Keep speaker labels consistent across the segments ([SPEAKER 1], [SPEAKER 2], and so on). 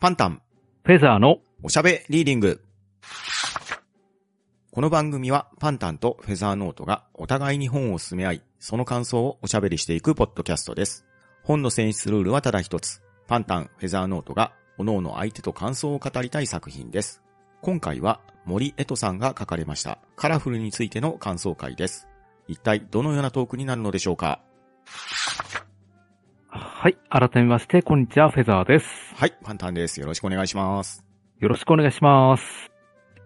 [SPEAKER 1] パンタン、
[SPEAKER 2] フェザーの
[SPEAKER 1] おしゃべリーディング。この番組はパンタンとフェザーノートがお互いに本を進め合い、その感想をおしゃべりしていくポッドキャストです。本の選出ルールはただ一つ。パンタン、フェザーノートが、各々相手と感想を語りたい作品です。今回は森江戸さんが書かれましたカラフルについての感想会です。一体どのようなトークになるのでしょうか
[SPEAKER 2] はい。改めまして、こんにちは、フェザーです。
[SPEAKER 1] はい、パンタンです。よろしくお願いします。
[SPEAKER 2] よろしくお願いします。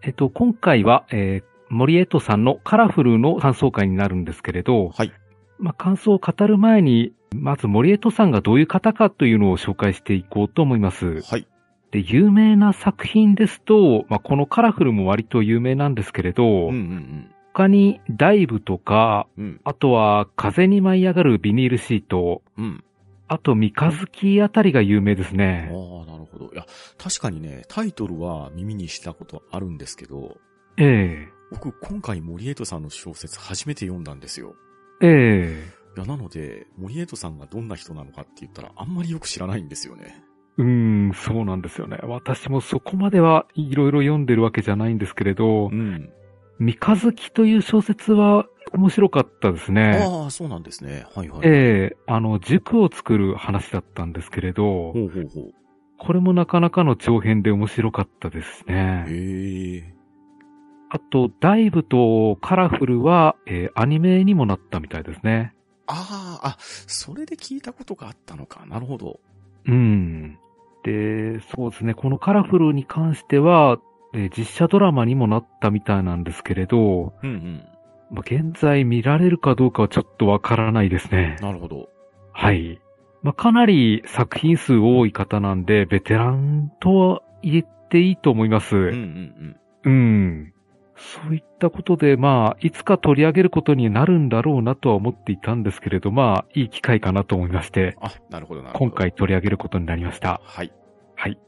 [SPEAKER 2] えっと、今回は、えー、森江戸さんのカラフルの感想会になるんですけれど、
[SPEAKER 1] はい。
[SPEAKER 2] まあ、感想を語る前に、まず森江戸さんがどういう方かというのを紹介していこうと思います。
[SPEAKER 1] はい。
[SPEAKER 2] で、有名な作品ですと、まあ、このカラフルも割と有名なんですけれど、
[SPEAKER 1] うんうん
[SPEAKER 2] 他にダイブとか、
[SPEAKER 1] うん。うん。
[SPEAKER 2] あとは風に舞い上がるビニールシート、
[SPEAKER 1] うん。
[SPEAKER 2] あと三日月あたりが有名です
[SPEAKER 1] ああ、
[SPEAKER 2] ね。
[SPEAKER 1] なるほど。いや、確かにね、タイトルは耳にしたことあるんですけど、
[SPEAKER 2] ええ
[SPEAKER 1] 僕今回森江戸さんの小説初めて読んだんですよ。
[SPEAKER 2] ええ
[SPEAKER 1] いや、なので、森江戸さんがどんな人なのかって言ったらあんまりよく知らないんですよね。
[SPEAKER 2] うーん、そうなんですよね。私もそこまではいろいろ読んでるわけじゃないんですけれど
[SPEAKER 1] う、ん。
[SPEAKER 2] 三日月という小説は面白かったですね。
[SPEAKER 1] ああ、そうなんですね。はいはい。
[SPEAKER 2] ええあの、塾を作る話だったんですけれど、
[SPEAKER 1] ほうほうほう。
[SPEAKER 2] これもなかなかの長編で面白かったですね。
[SPEAKER 1] へえ。
[SPEAKER 2] あと、ダイブとカラフルは、えーアニメにもなったみたいですね。
[SPEAKER 1] ああ、あ、それで聞いたことがあったのか。なるほど。
[SPEAKER 2] うん。で、そうですね。このカラフルに関しては、えー実写ドラマにもなったみたいなんですけれど、
[SPEAKER 1] うんうん。
[SPEAKER 2] まあ、現在見られるかどうかはちょっとわからないですね。
[SPEAKER 1] なるほど。
[SPEAKER 2] はい。まあ、かなり作品数多い方なんで、ベテランとは言っていいと思います。
[SPEAKER 1] うんう
[SPEAKER 2] うん。
[SPEAKER 1] うんん。
[SPEAKER 2] そういったことで、まあ、いつか取り上げることになるんだろうなとは思っていたんですけれど、まあ、いい機会かなと思いまして、
[SPEAKER 1] あ、なるほどなるほど。
[SPEAKER 2] 今。回取り上げることになりました。
[SPEAKER 1] はい。
[SPEAKER 2] はい。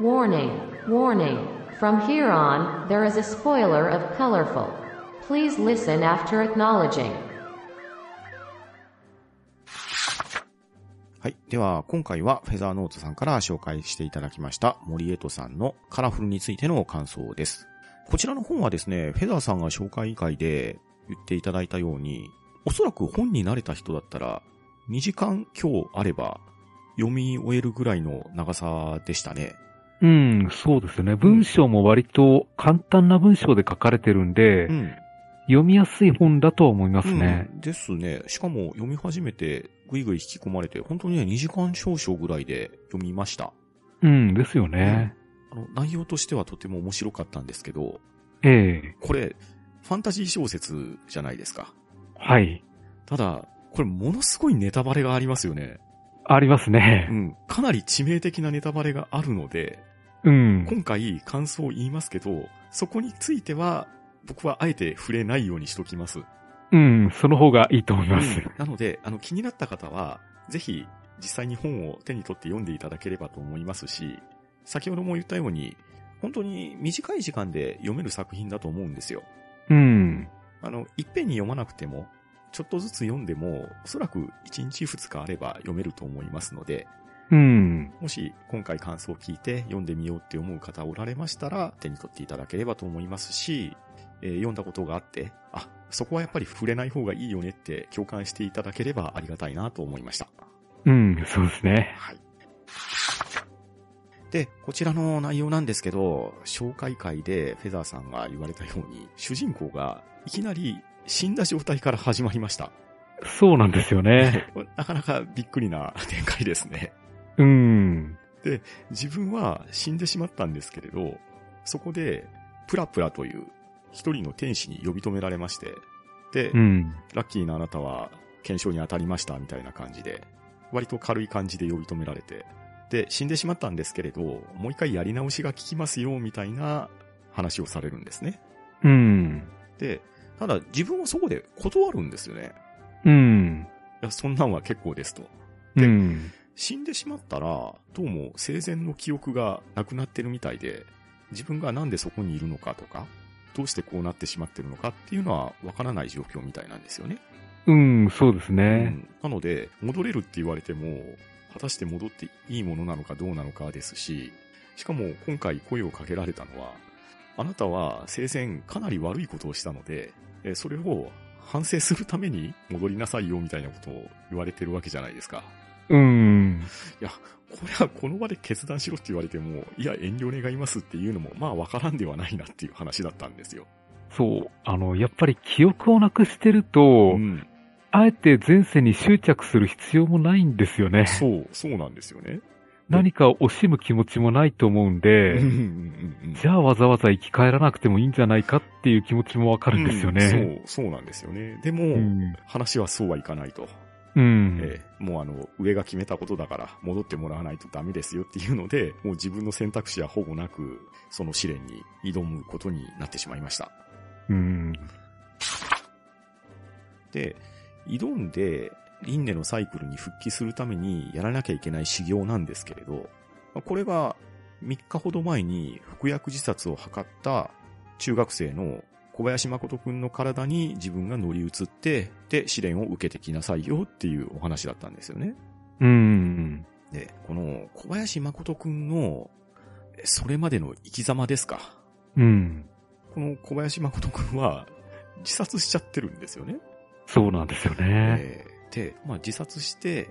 [SPEAKER 3] Warning, warning. From here on, there is a spoiler of colorful. Please listen after acknowledging.
[SPEAKER 1] はい。では、今回はフェザーノートさんから紹介していただきました森江戸さんのカラフルについての感想です。こちらの本はですね、フェザーさんが紹介会で言っていただいたように、おそらく本に慣れた人だったら、2時間強あれば読み終えるぐらいの長さでしたね。
[SPEAKER 2] うん、そうですね。文章も割と簡単な文章で書かれてるんで、
[SPEAKER 1] ん。
[SPEAKER 2] 読みやすい本だとは思いますね。
[SPEAKER 1] うんですね。しかも読み始めてぐいぐい引き込まれて、本当にね、2時間少々ぐらいで読みました。
[SPEAKER 2] うん、ですよね。
[SPEAKER 1] あの、内容としてはとても面白かったんですけど、
[SPEAKER 2] ええ
[SPEAKER 1] これ、ファンタジー小説じゃないですか。
[SPEAKER 2] はい。
[SPEAKER 1] ただ、これものすごいネタバレがありますよね。
[SPEAKER 2] あります
[SPEAKER 1] う
[SPEAKER 2] ね。
[SPEAKER 1] ん。かなり致命的なネタバレがあるので、
[SPEAKER 2] うん。
[SPEAKER 1] 今回感想を言いますけど、そこについては、僕はあえて触れないようにしときます。
[SPEAKER 2] うん、その方がいいと思います。
[SPEAKER 1] なので、あの、気になった方は、ぜひ、実際に本を手に取って読んでいただければと思いますし、先ほども言ったように、本当に短い時間で読める作品だと思うんですよ。
[SPEAKER 2] うん。
[SPEAKER 1] あの、いっぺんに読まなくても、ちょっとずつ読んでも、おそらく1日2日あれば読めると思いますので、
[SPEAKER 2] うん。
[SPEAKER 1] もし今回感想を聞いて読んでみようって思う方おられましたら、手に取っていただければと思いますし、えー読んだことがあって、あ、そこはやっぱり触れない方がいいよねって共感していただければありがたいなと思いました。
[SPEAKER 2] うん、そうですね。
[SPEAKER 1] はい。で、こちらの内容なんですけど、紹介会でフェザーさんが言われたように、主人公がいきなり死んだ状態から始まりました。
[SPEAKER 2] そうなんですよね。
[SPEAKER 1] これ なかなかびっくりな 展開ですね。
[SPEAKER 2] うん。
[SPEAKER 1] 自分は死んでしまったんですけれど、そこで、プラプラという一人の天使に呼び止められまして、で、
[SPEAKER 2] うん。
[SPEAKER 1] ラッキーなあなたは検証に当たりましたみたいな感じで、割と軽い感じで呼び止められて、で、死んでしまったんですけれど、もう一回やり直しが効きますよみたいな話をされるんですね。
[SPEAKER 2] うん。
[SPEAKER 1] で、ただ自分はそこで断るんですよね。
[SPEAKER 2] うん。
[SPEAKER 1] いや、そんなんは結構ですと。
[SPEAKER 2] うん。
[SPEAKER 1] 死んでしまったら、どうも生前の記憶がなくなってるみたいで、自分がなんでそこにいるのかとか、どうしてこうなってしまってるのかっていうのはわからない状況みたいなんですよね。
[SPEAKER 2] うん、そうです
[SPEAKER 1] う
[SPEAKER 2] ね。
[SPEAKER 1] んなので、戻れるって言われても、果たして戻っていいものなのかどうなのかですし、しかも今回声をかけられたのは、あなたは生前かなり悪いことをしたので、えーそれを反省するために戻りなさいよみたいなことを言われてるわけじゃないですか。
[SPEAKER 2] うん。
[SPEAKER 1] これはこの場で決断しろって言われても、いや遠慮願いますっていうのも、まあわからんではないなっていう話だったんですよ。
[SPEAKER 2] そう。あの、やっぱり記憶をなくしてると、
[SPEAKER 1] ん。
[SPEAKER 2] あえて前世に執着する必要もないんですよね。
[SPEAKER 1] そう、そうなんですよね。
[SPEAKER 2] 何かを惜しむ気持ちもないと思うんで、
[SPEAKER 1] うんうんうんうん
[SPEAKER 2] じゃあわざわざ生き返らなくてもいいんじゃないかっていう気持ちもわかるんですよね。
[SPEAKER 1] うんそう、そうなんですよね。でも、
[SPEAKER 2] うん。
[SPEAKER 1] 話はそうはいかないと。
[SPEAKER 2] うん。
[SPEAKER 1] ええもうあの、上が決めたことだから戻ってもらわないとダメですよっていうので、もう自分の選択肢はほぼなく、その試練に挑むことになってしまいました。
[SPEAKER 2] うん。
[SPEAKER 1] で、挑んで、輪廻のサイクルに復帰するためにやらなきゃいけない修行なんですけれど、まあこれが3日ほど前に服薬自殺を図った中学生の小林誠くんの体に自分が乗り移って、で、試練を受けてきなさいよっていうお話だったんですよね。
[SPEAKER 2] うん。
[SPEAKER 1] で、この小林誠くんの、えそれまでの生き様ですか。
[SPEAKER 2] うん。
[SPEAKER 1] この小林誠くんは、自殺しちゃってるんですよね。
[SPEAKER 2] そうなんですよね。
[SPEAKER 1] えーで、まあ自殺して、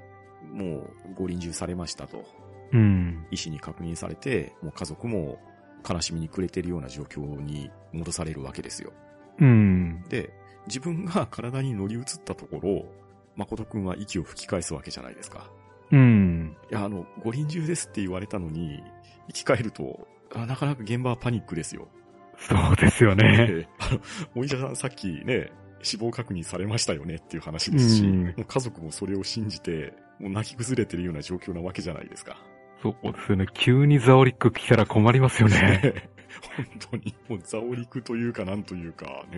[SPEAKER 1] もうご臨終されましたと、
[SPEAKER 2] うん。
[SPEAKER 1] 医師に確認されて、もう家族も悲しみに暮れてるような状況に戻されるわけですよ。
[SPEAKER 2] うん。
[SPEAKER 1] で、自分が 体に乗り移ったところ、誠くんは息を吹き返すわけじゃないですか。
[SPEAKER 2] うん。
[SPEAKER 1] いや、あの、ご臨終ですって言われたのに、生き返ると、あなかなか現場はパニックですよ。
[SPEAKER 2] そうですよね。
[SPEAKER 1] ええ あの、お医者さんさっきね、死亡確認されましたよねっていう話ですし、
[SPEAKER 2] うん
[SPEAKER 1] もう家族もそれを信じて、もう泣き崩れてるような状況なわけじゃないですか。
[SPEAKER 2] そうですよね。急にザオリック来たら困ります よね。
[SPEAKER 1] 本当に、もうザオリクというかなんというかね、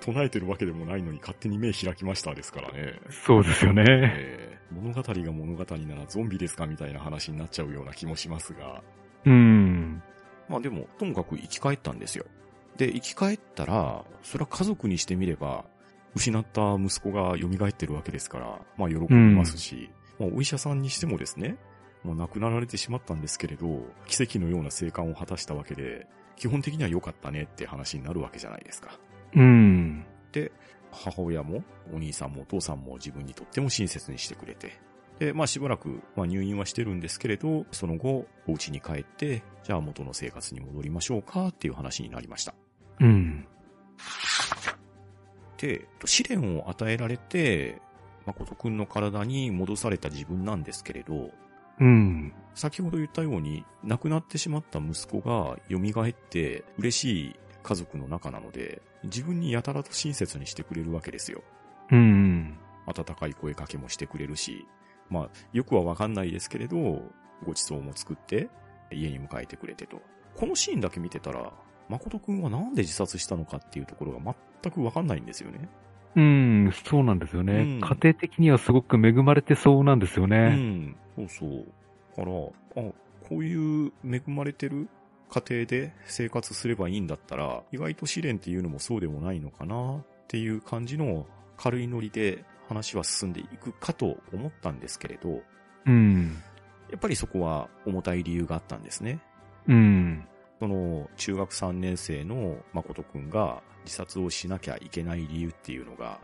[SPEAKER 1] 唱えてるわけでもないのに勝手に目開きましたですからね。
[SPEAKER 2] そうですよね。
[SPEAKER 1] ええ物語が物語ならゾンビですかみたいな話になっちゃうような気もしますが、
[SPEAKER 2] うん。
[SPEAKER 1] まあでも、ともかく生き返ったんですよ。で、生き返ったら、それは家族にしてみれば、失った息子が蘇ってるわけですから、まあ喜びますし、まあお医者さんにしてもですね、もう亡くなられてしまったんですけれど、奇跡のような生還を果たしたわけで、基本的には良かったねって話になるわけじゃないですか。
[SPEAKER 2] うん。
[SPEAKER 1] で、母親もお兄さんもお父さんも自分にとっても親切にしてくれて、で、まあしばらく、まあ、入院はしてるんですけれど、その後、お家に帰って、じゃあ元の生活に戻りましょうかっていう話になりました。
[SPEAKER 2] うん。
[SPEAKER 1] で、試練を与えられて、誠くんの体に戻された自分なんですけれど、
[SPEAKER 2] うん。
[SPEAKER 1] 先ほど言ったように、亡くなってしまった息子が蘇って嬉しい家族の中なので、自分にやたらと親切にしてくれるわけですよ。
[SPEAKER 2] うん。
[SPEAKER 1] 温かい声かけもしてくれるし、まあ、よくはわかんないですけれど、ごちそうも作って、家に迎えてくれてと。このシーンだけ見てたら、誠くんはなんで自殺したのかっていうところが全くわかんないんですよね。
[SPEAKER 2] うん、そうなんですよね。
[SPEAKER 1] うん
[SPEAKER 2] 家庭的にはすごく恵まれてそうなんですよ
[SPEAKER 1] う
[SPEAKER 2] ね。
[SPEAKER 1] ん、そうそう。だから、あ、こういう恵まれてる家庭で生活すればいいんだったら、意外と試練っていうのもそうでもないのかなっていう感じの軽いノリで話は進んでいくかと思ったんですけれど、
[SPEAKER 2] うん。
[SPEAKER 1] やっぱりそこは重たい理由があったんですね。
[SPEAKER 2] うん。
[SPEAKER 1] その中学3年生の誠くんが自殺をしなきゃいけない理由っていうのが、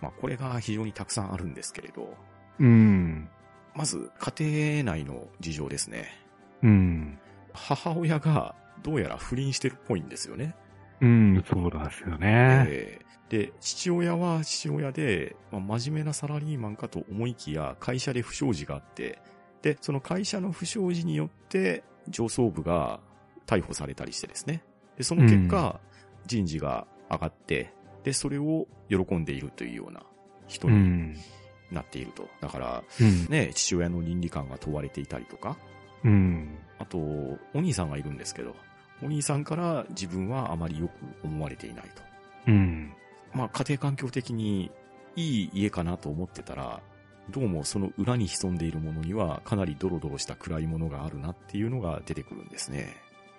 [SPEAKER 1] まあこれが非常にたくさんあるんですけれど、
[SPEAKER 2] うん。
[SPEAKER 1] まず家庭内の事情ですね。
[SPEAKER 2] うん。
[SPEAKER 1] 母親がどうやら不倫してるっぽいんですよね。
[SPEAKER 2] うん、そうなんですよね。
[SPEAKER 1] えーで、父親は父親で、まあ真面目なサラリーマンかと思いきや、会社で不祥事があって、で、その会社の不祥事によって、上層部が逮捕されたりしてですね。で、その結果、人事が上がって、で、それを喜んでいるというような人
[SPEAKER 2] う
[SPEAKER 1] に
[SPEAKER 2] ん。
[SPEAKER 1] なっていると。だから、
[SPEAKER 2] うん。
[SPEAKER 1] ね、父親の倫理観が問われていたりとか、
[SPEAKER 2] うん。
[SPEAKER 1] あと、お兄さんがいるんですけど、お兄さんから自分はあまりよく思われていないと。
[SPEAKER 2] うん。
[SPEAKER 1] まあ、家庭環境的にいい家かなと思ってたら、どうもその裏に潜んでいるものにはかなりドロドロした暗いものがあるなっていうのが出てくるんですね。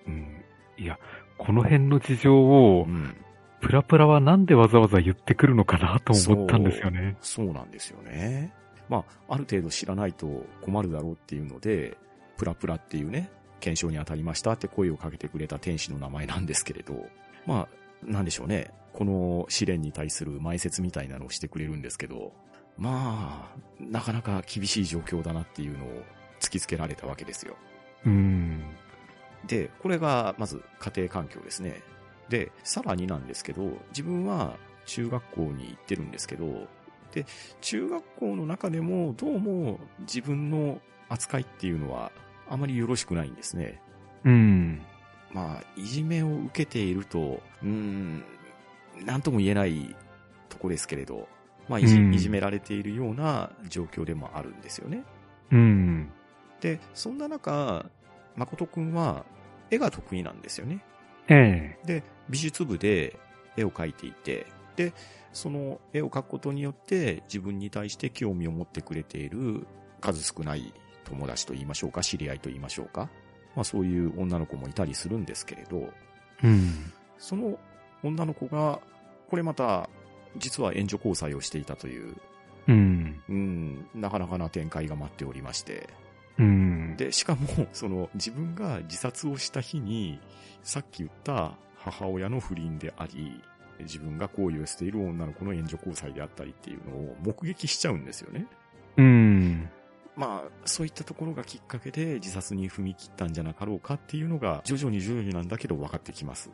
[SPEAKER 2] うん。いや、この辺の事情を
[SPEAKER 1] う、ん。
[SPEAKER 2] プラプラはなんでわざわざ言ってくるのかなと思ったんですよね。
[SPEAKER 1] そうなんですよね。まあ、ある程度知らないと困るだろうっていうので、プラプラっていうね、検証に当たりましたって声をかけてくれた天使の名前なんですけれど、まあ、なんでしょうね。この試練に対する前説みたいなのをしてくれるんですけど、まあ、なかなか厳しい状況だなっていうのを突きつけられたわけですよ。
[SPEAKER 2] うん。
[SPEAKER 1] で、これがまず家庭環境ですね。で、さらになんですけど、自分は中学校に行ってるんですけど、で、中学校の中でもどうも自分の扱いっていうのはあまりよろしくないんですね。
[SPEAKER 2] うん。
[SPEAKER 1] まあ、いじめを受けていると、うーん、なんとも言えないとこですけれど、まあいじ、
[SPEAKER 2] うん
[SPEAKER 1] いじめられているような状況でもあるんですよね。
[SPEAKER 2] うん。
[SPEAKER 1] で、そんな中、誠くんは絵が得意なんですよね。
[SPEAKER 2] ええ。
[SPEAKER 1] で、美術部で絵を描いていて、で、その絵を描くことによって自分に対して興味を持ってくれている数少ない友達と言いましょうか、知り合いと言いましょうか。まあそういう女の子もいたりするんですけれど、
[SPEAKER 2] うん。
[SPEAKER 1] その女の子が、これまた、実は援助交際をしていたという、
[SPEAKER 2] うん。
[SPEAKER 1] うん、なかなかな展開が待っておりまして。
[SPEAKER 2] うん。
[SPEAKER 1] で、しかも、 その、自分が自殺をした日に、さっき言った母親の不倫であり、自分が行為をしている女の子の援助交際であったりっていうのを目撃しちゃうんですよね。
[SPEAKER 2] うん。
[SPEAKER 1] まあ、そういったところがきっかけで自殺に踏み切ったんじゃなかろうかっていうのが、徐々に徐々になんだけど分かってきます。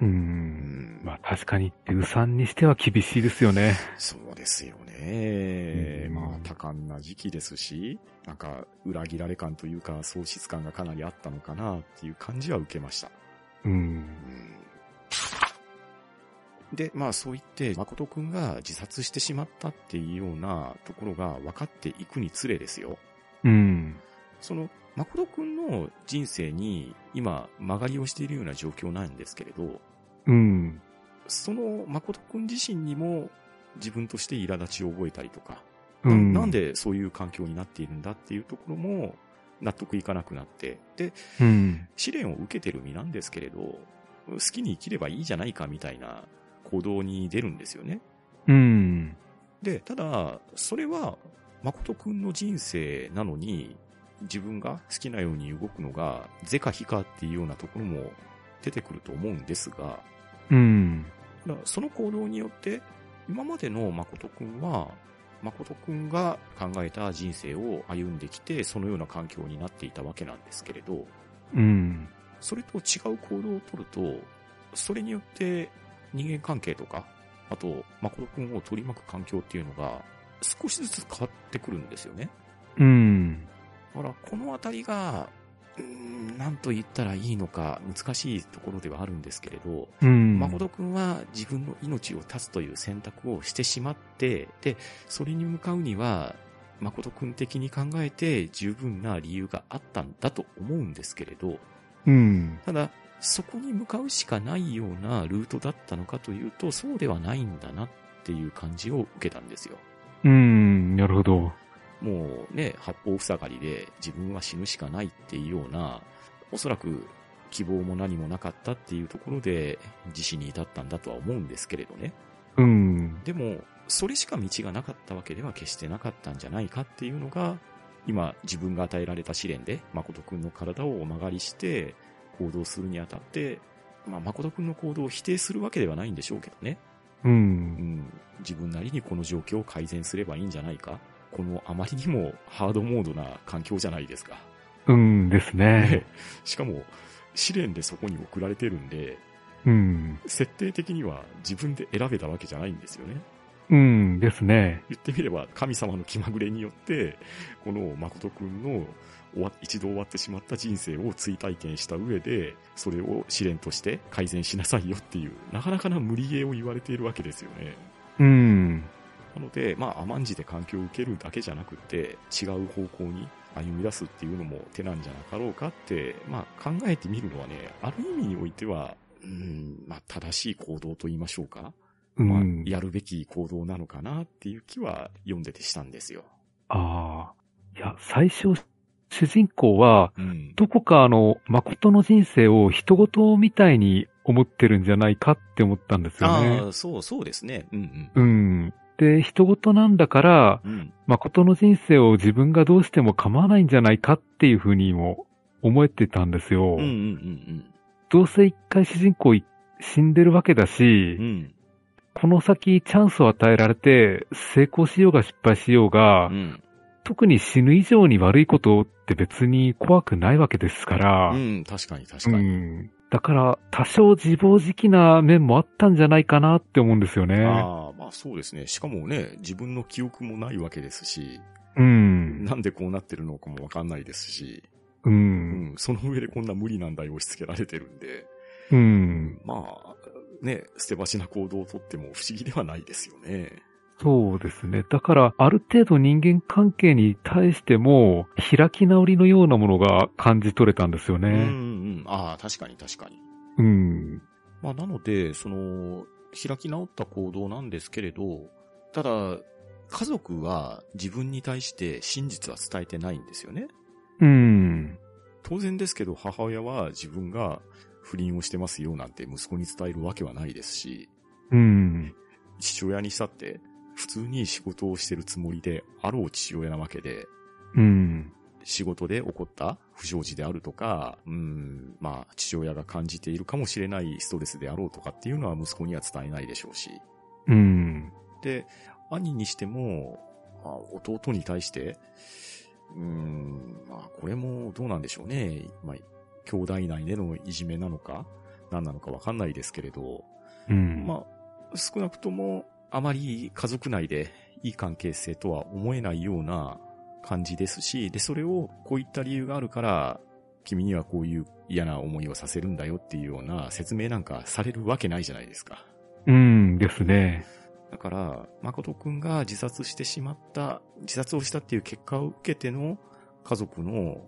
[SPEAKER 2] う。
[SPEAKER 1] うんん
[SPEAKER 2] まあ確かに、うさんにしては厳しいですよね。
[SPEAKER 1] そうですよね。
[SPEAKER 2] うん
[SPEAKER 1] まあ、多感な時期ですし、なんか、裏切られ感というか、喪失感がかなりあったのかなっていう感じは受けました。
[SPEAKER 2] うん。
[SPEAKER 1] で、まあそう言って、誠くんが自殺してしまったっていうようなところが分かっていくにつれですよ。
[SPEAKER 2] うん。
[SPEAKER 1] その、誠くんの人生に今曲がりをしているような状況なんですけれど、
[SPEAKER 2] うん。
[SPEAKER 1] その誠くん自身にも自分として苛立ちを覚えたりとか、
[SPEAKER 2] う。
[SPEAKER 1] なんなんでそういう環境になっているんだっていうところも納得いかなくなって、で、
[SPEAKER 2] うん。
[SPEAKER 1] 試練を受けてる身なんですけれど、好きに生きればいいじゃないかみたいな行動に出るんですよね。
[SPEAKER 2] うん。
[SPEAKER 1] で、ただ、それは、誠くんの人生なのに、自分が好きなように動くのが、是か非かっていうようなところも出てくると思うんですが、
[SPEAKER 2] うん。
[SPEAKER 1] だからその行動によって、今までの誠くんは、誠くんが考えた人生を歩んできて、そのような環境になっていたわけなんですけれど、
[SPEAKER 2] うん。
[SPEAKER 1] それと違う行動をとると、それによって人間関係とか、あと、誠くんを取り巻く環境っていうのが少しずつ変わってくるんですよね。
[SPEAKER 2] うん。
[SPEAKER 1] だから、このあたりが、うーん、なんと言ったらいいのか難しいところではあるんですけれど、
[SPEAKER 2] うん。
[SPEAKER 1] 誠くんは自分の命を絶つという選択をしてしまって、で、それに向かうには、誠くん的に考えて十分な理由があったんだと思うんですけれど、
[SPEAKER 2] うん。
[SPEAKER 1] ただ、そこに向かうしかないようなルートだったのかというと、そうではないんだなっていう感じを受けたんですよ。
[SPEAKER 2] うん。なるほど。
[SPEAKER 1] もうね、八方塞がりで自分は死ぬしかないっていうような、おそらく希望も何もなかったっていうところで自死に至ったんだとは思うんですけれどね。
[SPEAKER 2] うん。
[SPEAKER 1] でも、それしか道がなかったわけでは決してなかったんじゃないかっていうのが、今自分が与えられた試練で、誠くんの体をお曲がりして行動するにあたって、まあ、誠くんの行動を否定するわけではないんでしょうけどね。
[SPEAKER 2] う。
[SPEAKER 1] うんん。自分なりにこの状況を改善すればいいんじゃないか。このあまりにもハードモードな環境じゃないですか。
[SPEAKER 2] うんですね
[SPEAKER 1] ね。しかも、試練でそこに送られてるんで、
[SPEAKER 2] うん。
[SPEAKER 1] 設定的には自分で選べたわけじゃないんですよね。
[SPEAKER 2] うんですね。
[SPEAKER 1] 言ってみれば神様の気まぐれによって、この誠くんの終わ一度終わってしまった人生を追体験した上で、それを試練として改善しなさいよっていう、なかなかな無理ゲーを言われているわけですよね。
[SPEAKER 2] うん。
[SPEAKER 1] なので、まあ甘んじて環境を受けるだけじゃなくて、違う方向に歩み出すっていうのも手なんじゃなかろうかって、まあ考えてみるのはね、ある意味においては、うん、まあ正しい行動と言いましょうか。
[SPEAKER 2] う
[SPEAKER 1] まあ
[SPEAKER 2] ん、。
[SPEAKER 1] やるべき行動なのかなっていう気は読んでてしたんですよ。
[SPEAKER 2] ああ。いや、最初、主人公は、
[SPEAKER 1] うん。
[SPEAKER 2] どこかあの、誠の人生を人事みたいに思ってるんじゃないかって思ったんですよね。
[SPEAKER 1] ああ、そう、そうですね。うんうん。
[SPEAKER 2] うん。で、人事なんだから、
[SPEAKER 1] うん。
[SPEAKER 2] 誠の人生を自分がどうしても構わないんじゃないかっていうふうにも思えてたんです
[SPEAKER 1] う
[SPEAKER 2] よ。
[SPEAKER 1] んうんうん
[SPEAKER 2] どうせ一回主人公い死んでるわけだし、
[SPEAKER 1] うん。うん。
[SPEAKER 2] この先チャンスを与えられて、成功しようが失敗しようが、
[SPEAKER 1] うん。
[SPEAKER 2] 特に死ぬ以上に悪いことって別に怖くないわけですから、
[SPEAKER 1] うん。確かに確
[SPEAKER 2] う
[SPEAKER 1] かに。
[SPEAKER 2] んだから多少自暴自棄な面もあったんじゃないかなって思うんですよね。
[SPEAKER 1] ああ、まあそうですね。しかもね、自分の記憶もないわけですし、
[SPEAKER 2] うん。
[SPEAKER 1] なんでこうなってるのかもわかんないですし、
[SPEAKER 2] う。
[SPEAKER 1] うんん、その上でこんな無理難題を押し付けられてるんで、
[SPEAKER 2] うん。
[SPEAKER 1] まあ、ね、捨て鉢な行動をとっても不思議ではないですよね。
[SPEAKER 2] そうですね。だから、ある程度人間関係に対しても、開き直りのようなものが感じ取れたんですよ
[SPEAKER 1] うんうん
[SPEAKER 2] ね。
[SPEAKER 1] うん。ああ、確かに確かに。
[SPEAKER 2] うん。
[SPEAKER 1] まあなので、その、開き直った行動なんですけれど、ただ、家族は自分に対して真実は伝えてないんですよね。
[SPEAKER 2] うん。
[SPEAKER 1] 当然ですけど、母親は自分が不倫をしてますよなんて息子に伝えるわけはないですし、
[SPEAKER 2] うん。
[SPEAKER 1] 父親にしたって、普通に仕事をしてるつもりであろう父親なわけで、
[SPEAKER 2] うん。
[SPEAKER 1] 仕事で起こった不祥事であるとか、うん、まあ、父親が感じているかもしれないストレスであろうとかっていうのは息子には伝えないでしょうし。
[SPEAKER 2] うん。
[SPEAKER 1] で、兄にしても、まあ弟に対して、うん、まあ、これもどうなんでしょうね。まあ、兄弟内でのいじめなのか、何なのかわかんないですけれど、
[SPEAKER 2] うん。
[SPEAKER 1] まあ、少なくとも、あまり家族内でいい関係性とは思えないような感じですし、で、それをこういった理由があるから、君にはこういう嫌な思いをさせるんだよっていうような説明なんかされるわけないじゃないですか。
[SPEAKER 2] うんですね。
[SPEAKER 1] だから、誠くんが自殺してしまった、自殺をしたっていう結果を受けての家族の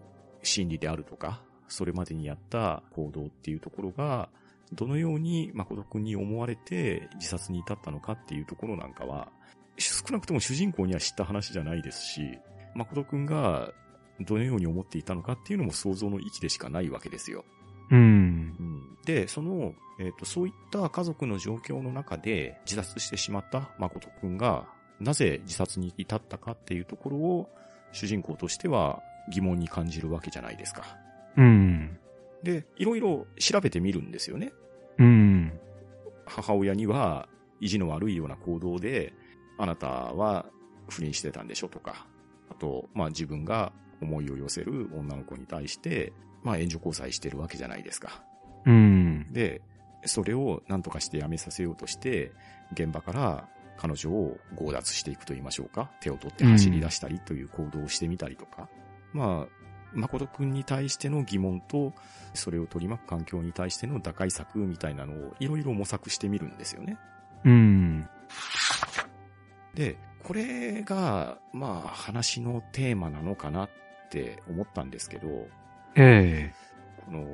[SPEAKER 1] 心理であるとか、それまでにやった行動っていうところが、どのように誠くんに思われて自殺に至ったのかっていうところなんかは、少なくとも主人公には知った話じゃないですし、誠くんがどのように思っていたのかっていうのも想像の域でしかないわけですよ。
[SPEAKER 2] うん。
[SPEAKER 1] うんで、その、えっ、と、そういった家族の状況の中で自殺してしまった誠くんが、なぜ自殺に至ったかっていうところを、主人公としては疑問に感じるわけじゃないですか。
[SPEAKER 2] うん。
[SPEAKER 1] で、いろいろ調べてみるんですよね。
[SPEAKER 2] うん。
[SPEAKER 1] 母親には、意地の悪いような行動で、あなたは不倫してたんでしょとか、あと、まあ自分が思いを寄せる女の子に対して、まあ援助交際してるわけじゃないですか。
[SPEAKER 2] うん。
[SPEAKER 1] で、それを何とかしてやめさせようとして、現場から彼女を強奪していくと言いましょうか。手を取って走り出したりという行動をしてみたりとか。まあ、誠くんに対しての疑問と、それを取り巻く環境に対しての打開策みたいなのをいろいろ模索してみるんですよね。
[SPEAKER 2] うん。
[SPEAKER 1] で、これが、まあ、話のテーマなのかなって思ったんですけど、
[SPEAKER 2] ええ。
[SPEAKER 1] この、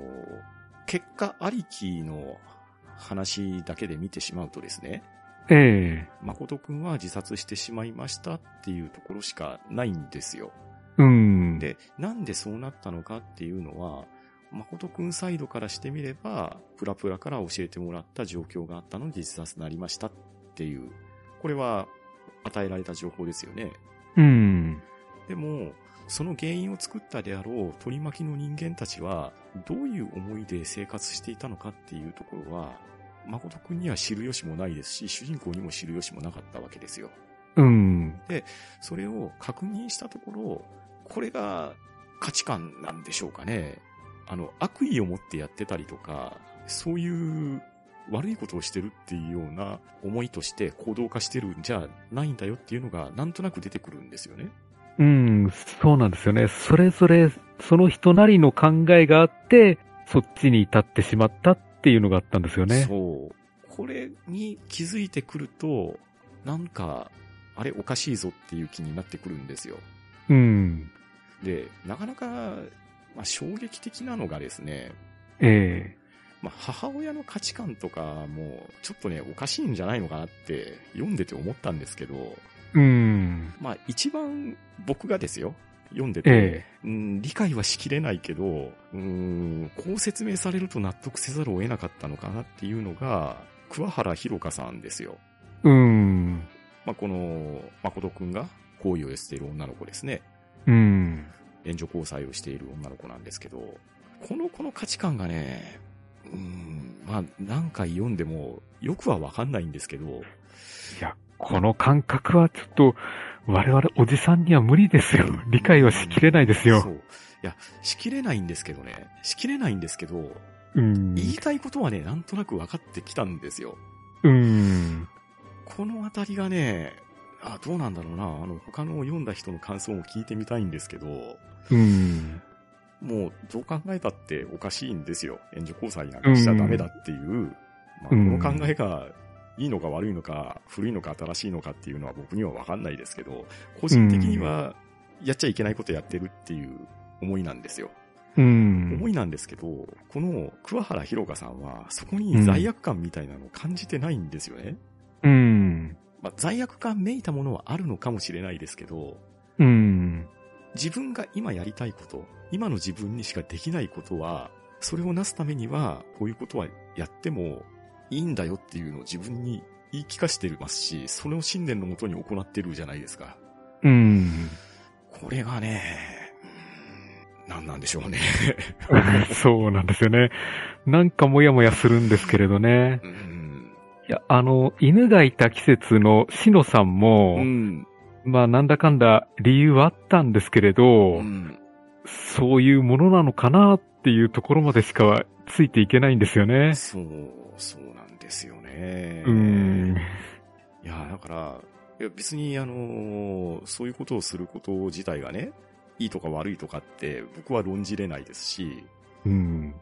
[SPEAKER 1] 結果ありきの話だけで見てしまうとですね、
[SPEAKER 2] ええ。
[SPEAKER 1] 誠くんは自殺してしまいましたっていうところしかないんですよ。
[SPEAKER 2] うん。
[SPEAKER 1] で、なんでそうなったのかっていうのは、誠くんサイドからしてみれば、プラプラから教えてもらった状況があったので自殺になりましたっていう、これは与えられた情報ですよね。
[SPEAKER 2] うん。
[SPEAKER 1] でも、その原因を作ったであろう取り巻きの人間たちは、どういう思いで生活していたのかっていうところは、誠くんには知る由もないですし、主人公にも知る由もなかったわけですよ。
[SPEAKER 2] うん。
[SPEAKER 1] それを確認したところ、これが価値観なんでしょうかね。あの、悪意を持ってやってたりとか、そういう悪いことをしてるっていうような思いとして行動化してるんじゃないんだよっていうのがなんとなく出てくるんですよね。
[SPEAKER 2] うん。そうなんですよね。それぞれ、その人なりの考えがあって、そっちに至ってしまったっていうのがあったんですよね。
[SPEAKER 1] そう。これに気づいてくると、なんか、あれおかしいぞっていう気になってくるんですよ。
[SPEAKER 2] うん。
[SPEAKER 1] で、なかなか、まあ、衝撃的なのがですね、
[SPEAKER 2] え
[SPEAKER 1] まあ、母親の価値観とかも、ちょっとね、おかしいんじゃないのかなって、読んでて思ったんですけど、
[SPEAKER 2] え。うん。
[SPEAKER 1] まあ、一番僕がですよ、読んでて、
[SPEAKER 2] え
[SPEAKER 1] うん、理解はしきれないけど、うん、こう説明されると納得せざるを得なかったのかなっていうのが、桑原博香さんですよ。
[SPEAKER 2] え。うん。
[SPEAKER 1] まあ、この、誠くんが好意を寄せている女の子ですね。
[SPEAKER 2] うん。
[SPEAKER 1] 援助交際をしている女の子なんですけど、この子の価値観がね、うん、まあ、何回読んでもよくはわかんないんですけど、
[SPEAKER 2] いや、この感覚はちょっと、我々おじさんには無理ですよ。理解はしきれないです
[SPEAKER 1] そ
[SPEAKER 2] よ。
[SPEAKER 1] う。いや、しきれないんですけどね、しきれないんですけど、
[SPEAKER 2] うん。
[SPEAKER 1] 言いたいことはね、なんとなく分かってきたんですよ。
[SPEAKER 2] うん。
[SPEAKER 1] このあたりがね、あ、どうなんだろうな、あの、他の読んだ人の感想も聞いてみたいんですけど、
[SPEAKER 2] うん。
[SPEAKER 1] もう、どう考えたっておかしいんですよ。援助交際なんかしちゃダメだっていう、
[SPEAKER 2] うん
[SPEAKER 1] まあ、この考えが、いいのか悪いのか、古いのか新しいのかっていうのは僕には分かんないですけど、個人的には、やっちゃいけないことやってるっていう思いなんですよ。
[SPEAKER 2] うん。
[SPEAKER 1] 思いなんですけど、この桑原博香さんは、そこに罪悪感みたいなのを感じてないんですよね。
[SPEAKER 2] うん。
[SPEAKER 1] まあ、罪悪感めいたものはあるのかもしれないですけど、
[SPEAKER 2] うん。
[SPEAKER 1] 自分が今やりたいこと、今の自分にしかできないことは、それをなすためには、こういうことはやってもいいんだよっていうのを自分に言い聞かしてますし、それを信念のもとに行ってるじゃないですか。
[SPEAKER 2] うん。
[SPEAKER 1] これがね、うーん何なんでしょうね。
[SPEAKER 2] そうなんですよね。なんかもやもやするんですけれどね。
[SPEAKER 1] うん。
[SPEAKER 2] いや、あの、犬がいた季節のシノさんも、
[SPEAKER 1] うん。
[SPEAKER 2] まあなんだかんだ理由はあったんですけれ
[SPEAKER 1] う
[SPEAKER 2] ど、
[SPEAKER 1] ん
[SPEAKER 2] そういうものなのかなっていうところまでしかはついていけないんですよね。
[SPEAKER 1] そう、そうなんですよね。
[SPEAKER 2] うん。
[SPEAKER 1] いや、だから、いや別に、あのーそういうことをすること自体がね、いいとか悪いとかって僕は論じれないですし、
[SPEAKER 2] うん。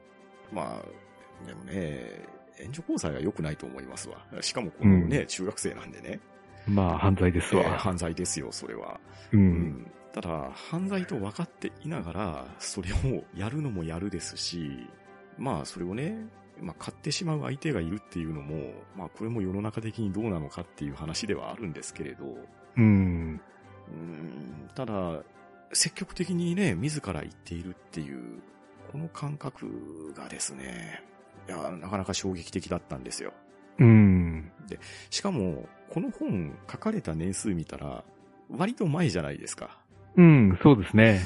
[SPEAKER 1] まあ、でもね、援助交際は良くないと思いますわ。しかもこのね、中学生なんでね、
[SPEAKER 2] まあ犯罪です
[SPEAKER 1] えー
[SPEAKER 2] わ。
[SPEAKER 1] 犯罪ですよ、それは。
[SPEAKER 2] う。
[SPEAKER 1] うんただ、犯罪と分かっていながら、それをやるのもやるですし、まあ、それをね、まあ、買ってしまう相手がいるっていうのも、まあ、これも世の中的にどうなのかっていう話ではあるんですけれど、う
[SPEAKER 2] うん。
[SPEAKER 1] ーん、ただ、積極的にね、自ら言っているっていう、この感覚がですね、いや、なかなか衝撃的だったんですよ。
[SPEAKER 2] うん。
[SPEAKER 1] しかも、この本書かれた年数見たら、割と前じゃないですか。
[SPEAKER 2] うん、そうですね。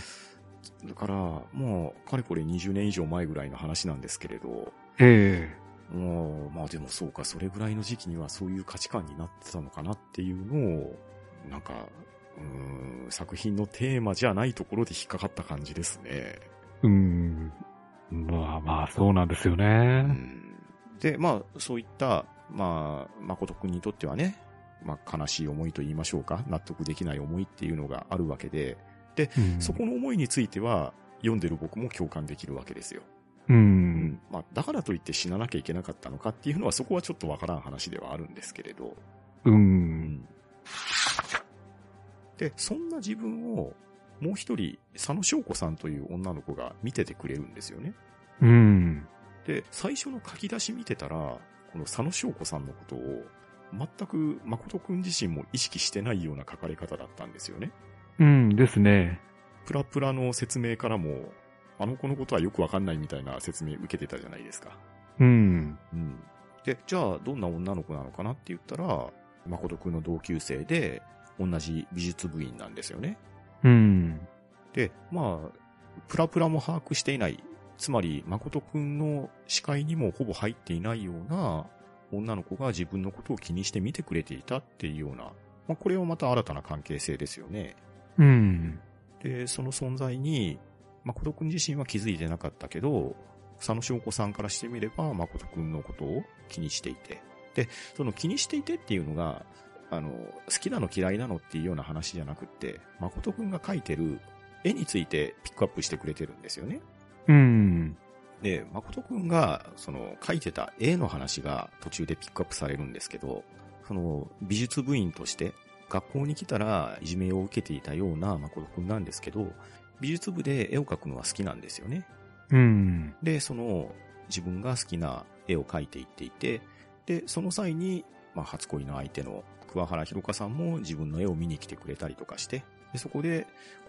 [SPEAKER 1] だから、もう、かれこれ20年以上前ぐらいの話なんですけれど、
[SPEAKER 2] え
[SPEAKER 1] もう、まあでもそうか、それぐらいの時期にはそういう価値観になってたのかなっていうのを、なんか、うーん、作品のテーマじゃないところで引っかかった感じですね。
[SPEAKER 2] えうん。まあまあ、そうなんですよ
[SPEAKER 1] う
[SPEAKER 2] ね。
[SPEAKER 1] ん、で、まあ、そういった、まあ、誠くんにとってはね、まあ、悲しい思いと言いましょうか、納得できない思いっていうのがあるわけで、
[SPEAKER 2] うん
[SPEAKER 1] そこの思いについては、読んでる僕も共感できるわけですよ。
[SPEAKER 2] う
[SPEAKER 1] うんん。まあ、だからといって死ななきゃいけなかったのかっていうのはそこはちょっとわからん話ではあるんですけれど。
[SPEAKER 2] うん。
[SPEAKER 1] で、そんな自分をもう一人、佐野翔子さんという女の子が見ててくれるんですよね。
[SPEAKER 2] うん。
[SPEAKER 1] で、最初の書き出し見てたら、この佐野翔子さんのことを全く誠くん自身も意識してないような書かれ方だったんですよね。
[SPEAKER 2] うんですね。
[SPEAKER 1] プラプラの説明からも、あの子のことはよくわかんないみたいな説明受けてたじゃないですか。
[SPEAKER 2] うん。
[SPEAKER 1] うん。で、じゃあ、どんな女の子なのかなって言ったら、誠くんの同級生で、同じ美術部員なんですよね。
[SPEAKER 2] うん。
[SPEAKER 1] で、まあ、プラプラも把握していない、つまり、誠くんの視界にもほぼ入っていないような、女の子が自分のことを気にして見てくれていたっていうような、まあ、これはまた新たな関係性ですよね。
[SPEAKER 2] うん。
[SPEAKER 1] で、その存在に、誠くん自身は気づいてなかったけど、佐野翔子さんからしてみれば、誠くんのことを気にしていて。で、その気にしていてっていうのが、あの、好きなの嫌いなのっていうような話じゃなくって、誠くんが描いてる絵についてピックアップしてくれてるんですよね。
[SPEAKER 2] うん。
[SPEAKER 1] で、誠くんが、その、書いてた絵の話が途中でピックアップされるんですけど、その、美術部員として、学校に来たらいじめを受けていたような誠くんなんですけど、美術部で絵を描くのは好きなんですよね。
[SPEAKER 2] うん。
[SPEAKER 1] で、その、自分が好きな絵を描いていっていて、で、その際に、まあ、初恋の相手の桑原博香さんも自分の絵を見に来てくれたりとかして、でそこで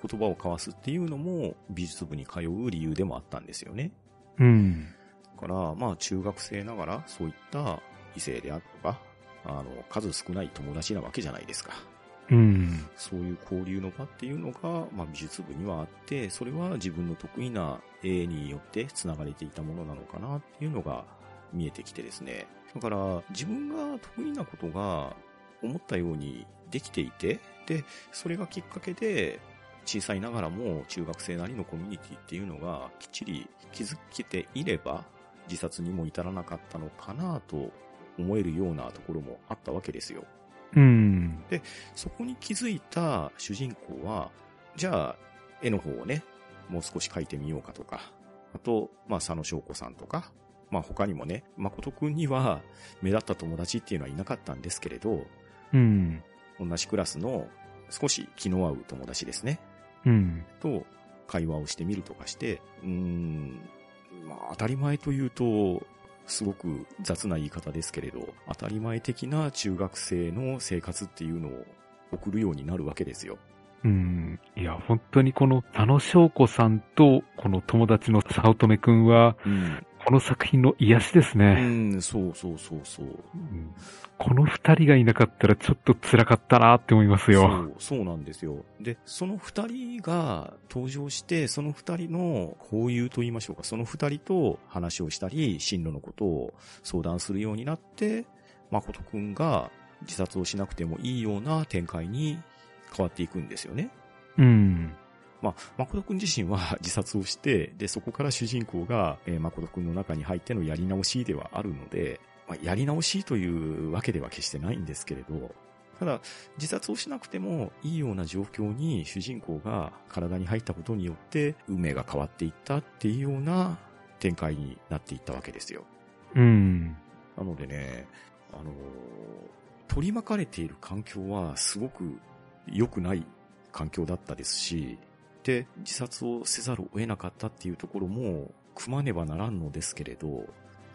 [SPEAKER 1] 言葉を交わすっていうのも美術部に通う理由でもあったんですよね。
[SPEAKER 2] うん。
[SPEAKER 1] から、まあ中学生ながらそういった異性であるとか、あの、数少ない友達なわけじゃないですか。
[SPEAKER 2] うん。
[SPEAKER 1] そういう交流の場っていうのが、まあ、美術部にはあって、それは自分の得意な絵によって繋がれていたものなのかなっていうのが見えてきてですね。だから、自分が得意なことが思ったようにできていて、で、それがきっかけで、小さいながらも中学生なりのコミュニティっていうのがきっちり気づけていれば、自殺にも至らなかったのかなと思えるようなところもあったわけですよ。
[SPEAKER 2] うん。
[SPEAKER 1] そこに気づいた主人公は、じゃあ、絵の方をね、もう少し描いてみようかとか、あと、まあ、佐野翔子さんとか、まあ、他にもね、誠くんには目立った友達っていうのはいなかったんですけれど、
[SPEAKER 2] うん。
[SPEAKER 1] 同じクラスの少し気の合う友達ですね、
[SPEAKER 2] うん。
[SPEAKER 1] と会話をしてみるとかして、うーん、まあ、当たり前というと、すごく雑な言い方ですけれど、当たり前的な中学生の生活っていうのを送るようになるわけですよ。
[SPEAKER 2] うん。いや、本当にこの佐野翔子さんと、この友達の早乙女くんは、
[SPEAKER 1] うん。
[SPEAKER 2] この作品の癒しです
[SPEAKER 1] う
[SPEAKER 2] ね。
[SPEAKER 1] ん、そうそうそうそう。
[SPEAKER 2] うんこの二人がいなかったらちょっと辛かったなって思いますよ。
[SPEAKER 1] そう、そうなんですよ。で、その二人が登場して、その二人の交友と言いましょうか、その二人と話をしたり、進路のことを相談するようになって、誠くんが自殺をしなくてもいいような展開に変わっていくんですよね。
[SPEAKER 2] うん。
[SPEAKER 1] まあ、誠くん自身は 自殺をして、で、そこから主人公が、えー、誠くんの中に入ってのやり直しではあるので、まあ、やり直しというわけでは決してないんですけれど、ただ、自殺をしなくてもいいような状況に主人公が体に入ったことによって、運命が変わっていったっていうような展開になっていったわけですよ。
[SPEAKER 2] うん。
[SPEAKER 1] なのでね、あのー取り巻かれている環境はすごく良くない環境だったですし、で、自殺をせざるを得なかったっていうところも、組まねばならんのですけれど、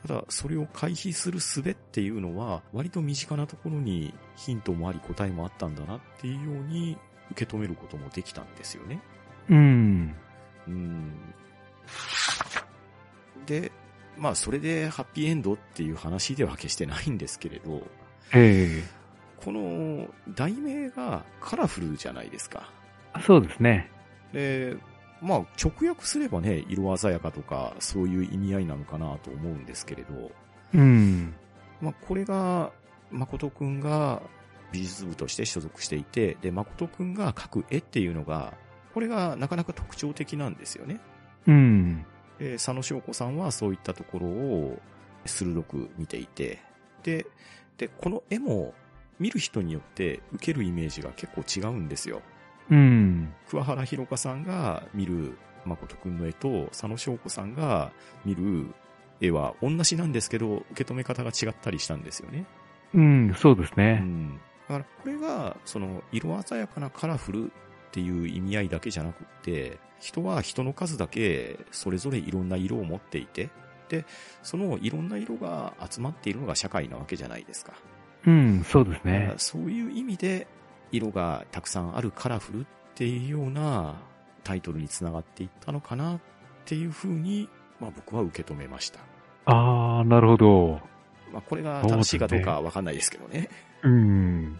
[SPEAKER 1] ただ、それを回避する術っていうのは、割と身近なところにヒントもあり答えもあったんだなっていうように受け止めることもできたんですよね。
[SPEAKER 2] うん。
[SPEAKER 1] うんで、まあそれでハッピーエンドっていう話では決してないんですけれど、
[SPEAKER 2] え
[SPEAKER 1] この題名がカラフルじゃないですか。
[SPEAKER 2] えそうですね。
[SPEAKER 1] で、まあ直訳すればね、色鮮やかとかそういう意味合いなのかなと思うんですけれど、
[SPEAKER 2] うん。
[SPEAKER 1] まあ、これが、誠くんが美術部として所属していて、で、誠くんが描く絵っていうのが、これがなかなか特徴的なんですよね。
[SPEAKER 2] うん。
[SPEAKER 1] で、佐野翔子さんはそういったところを鋭く見ていて、で、で、この絵も見る人によって受けるイメージが結構違うんですよ。
[SPEAKER 2] うん。
[SPEAKER 1] 桑原博香さんが見る誠くんの絵と佐野翔子さんが見る絵は同じなんですけど、受け止め方が違ったりしたんですよね。
[SPEAKER 2] うん。そうです
[SPEAKER 1] う
[SPEAKER 2] ね。
[SPEAKER 1] ん。だからこれが、その、色鮮やかなカラフルっていう意味合いだけじゃなくって、人は人の数だけそれぞれいろんな色を持っていて、で、そのいろんな色が集まっているのが社会なわけじゃないですか。
[SPEAKER 2] うん。そうです
[SPEAKER 1] だか
[SPEAKER 2] ね
[SPEAKER 1] ら。そういう意味で、色がたくさんあるカラフルっていうようなタイトルにつながっていったのかなっていうふうに、まあ僕は受け止めました。
[SPEAKER 2] ああ、なるほど。
[SPEAKER 1] まあこれが正しいかどうかはわかんないですけどね。
[SPEAKER 2] うん。自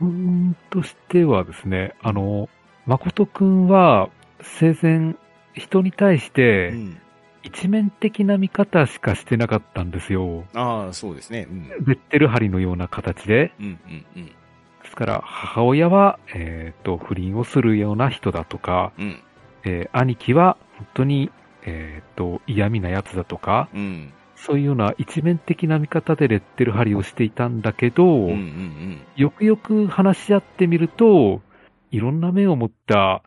[SPEAKER 2] 分としてはですね、あの、誠くんは生前人に対し
[SPEAKER 1] う
[SPEAKER 2] て
[SPEAKER 1] ん。
[SPEAKER 2] 一面的な見方しかしてなかったんですよ。
[SPEAKER 1] ああ、そうですね。うん。
[SPEAKER 2] ベッテルハリのような形で。
[SPEAKER 1] うん、うん、うん。
[SPEAKER 2] ですから、母親は、えっ、と、不倫をするような人だとか、
[SPEAKER 1] うん。
[SPEAKER 2] えー兄貴は本当に、えっ、と、嫌味なやつだとか、
[SPEAKER 1] うん。
[SPEAKER 2] そういうような一面的な見方でレッテルハリをしていたんだけど、
[SPEAKER 1] うんうんうん。
[SPEAKER 2] よくよく話し合ってみると、いろんな面を持った、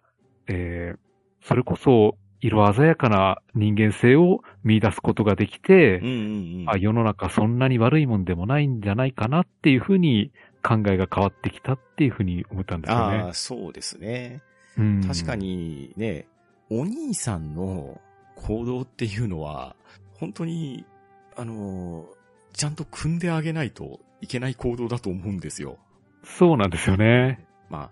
[SPEAKER 2] えーそれこそ色鮮やかな人間性を見出すことができて、
[SPEAKER 1] うんうんうん。
[SPEAKER 2] あ世の中そんなに悪いもんでもないんじゃないかなっていうふうに考えが変わってきたっていうふうに思ったんですよ
[SPEAKER 1] あ
[SPEAKER 2] ね
[SPEAKER 1] あ、。そうですね。
[SPEAKER 2] うん
[SPEAKER 1] 確か。にね、お兄さんの行動っていうのは、本当に、あのー、ちゃんと組んであげないといけない行動だと思うんですよ。
[SPEAKER 2] そうなんですよね。
[SPEAKER 1] まあ、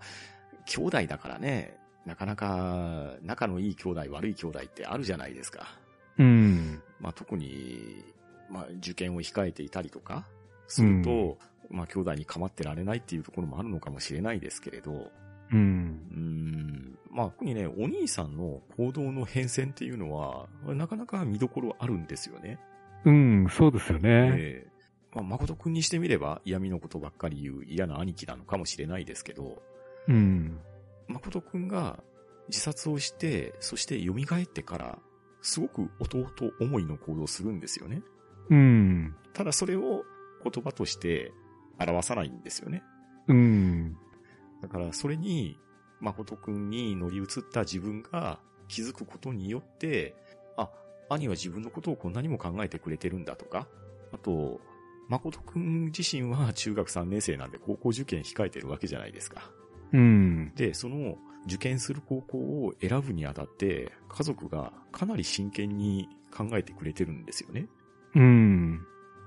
[SPEAKER 1] 兄弟だからね、なかなか仲のいい兄弟悪い兄弟ってあるじゃないですか。
[SPEAKER 2] うん。
[SPEAKER 1] まあ特に、まあ受験を控えていたりとか、すると、まあ兄弟に構ってられないっていうところもあるのかもしれないですけれど、う。
[SPEAKER 2] うん
[SPEAKER 1] ーん、まあ特にね、お兄さんの行動の変遷っていうのは、なかなか見どころあるんですよね。
[SPEAKER 2] うん、そうですよね。
[SPEAKER 1] ええまあ誠くんにしてみれば嫌味のことばっかり言う嫌な兄貴なのかもしれないですけど、
[SPEAKER 2] うん。
[SPEAKER 1] 誠くんが自殺をして、そして蘇ってから、すごく弟思いの行動をするんですよね。
[SPEAKER 2] うん。
[SPEAKER 1] ただそれを言葉として表さないんですよね。
[SPEAKER 2] うん。
[SPEAKER 1] だからそれに、誠くんに乗り移った自分が気づくことによって、あ、兄は自分のことをこんなにも考えてくれてるんだとか、あと、誠くん自身は中学3年生なんで高校受験控えてるわけじゃないですか。
[SPEAKER 2] うん。
[SPEAKER 1] で、その受験する高校を選ぶにあたって、家族がかなり真剣に考えてくれてるんですよね。
[SPEAKER 2] うん。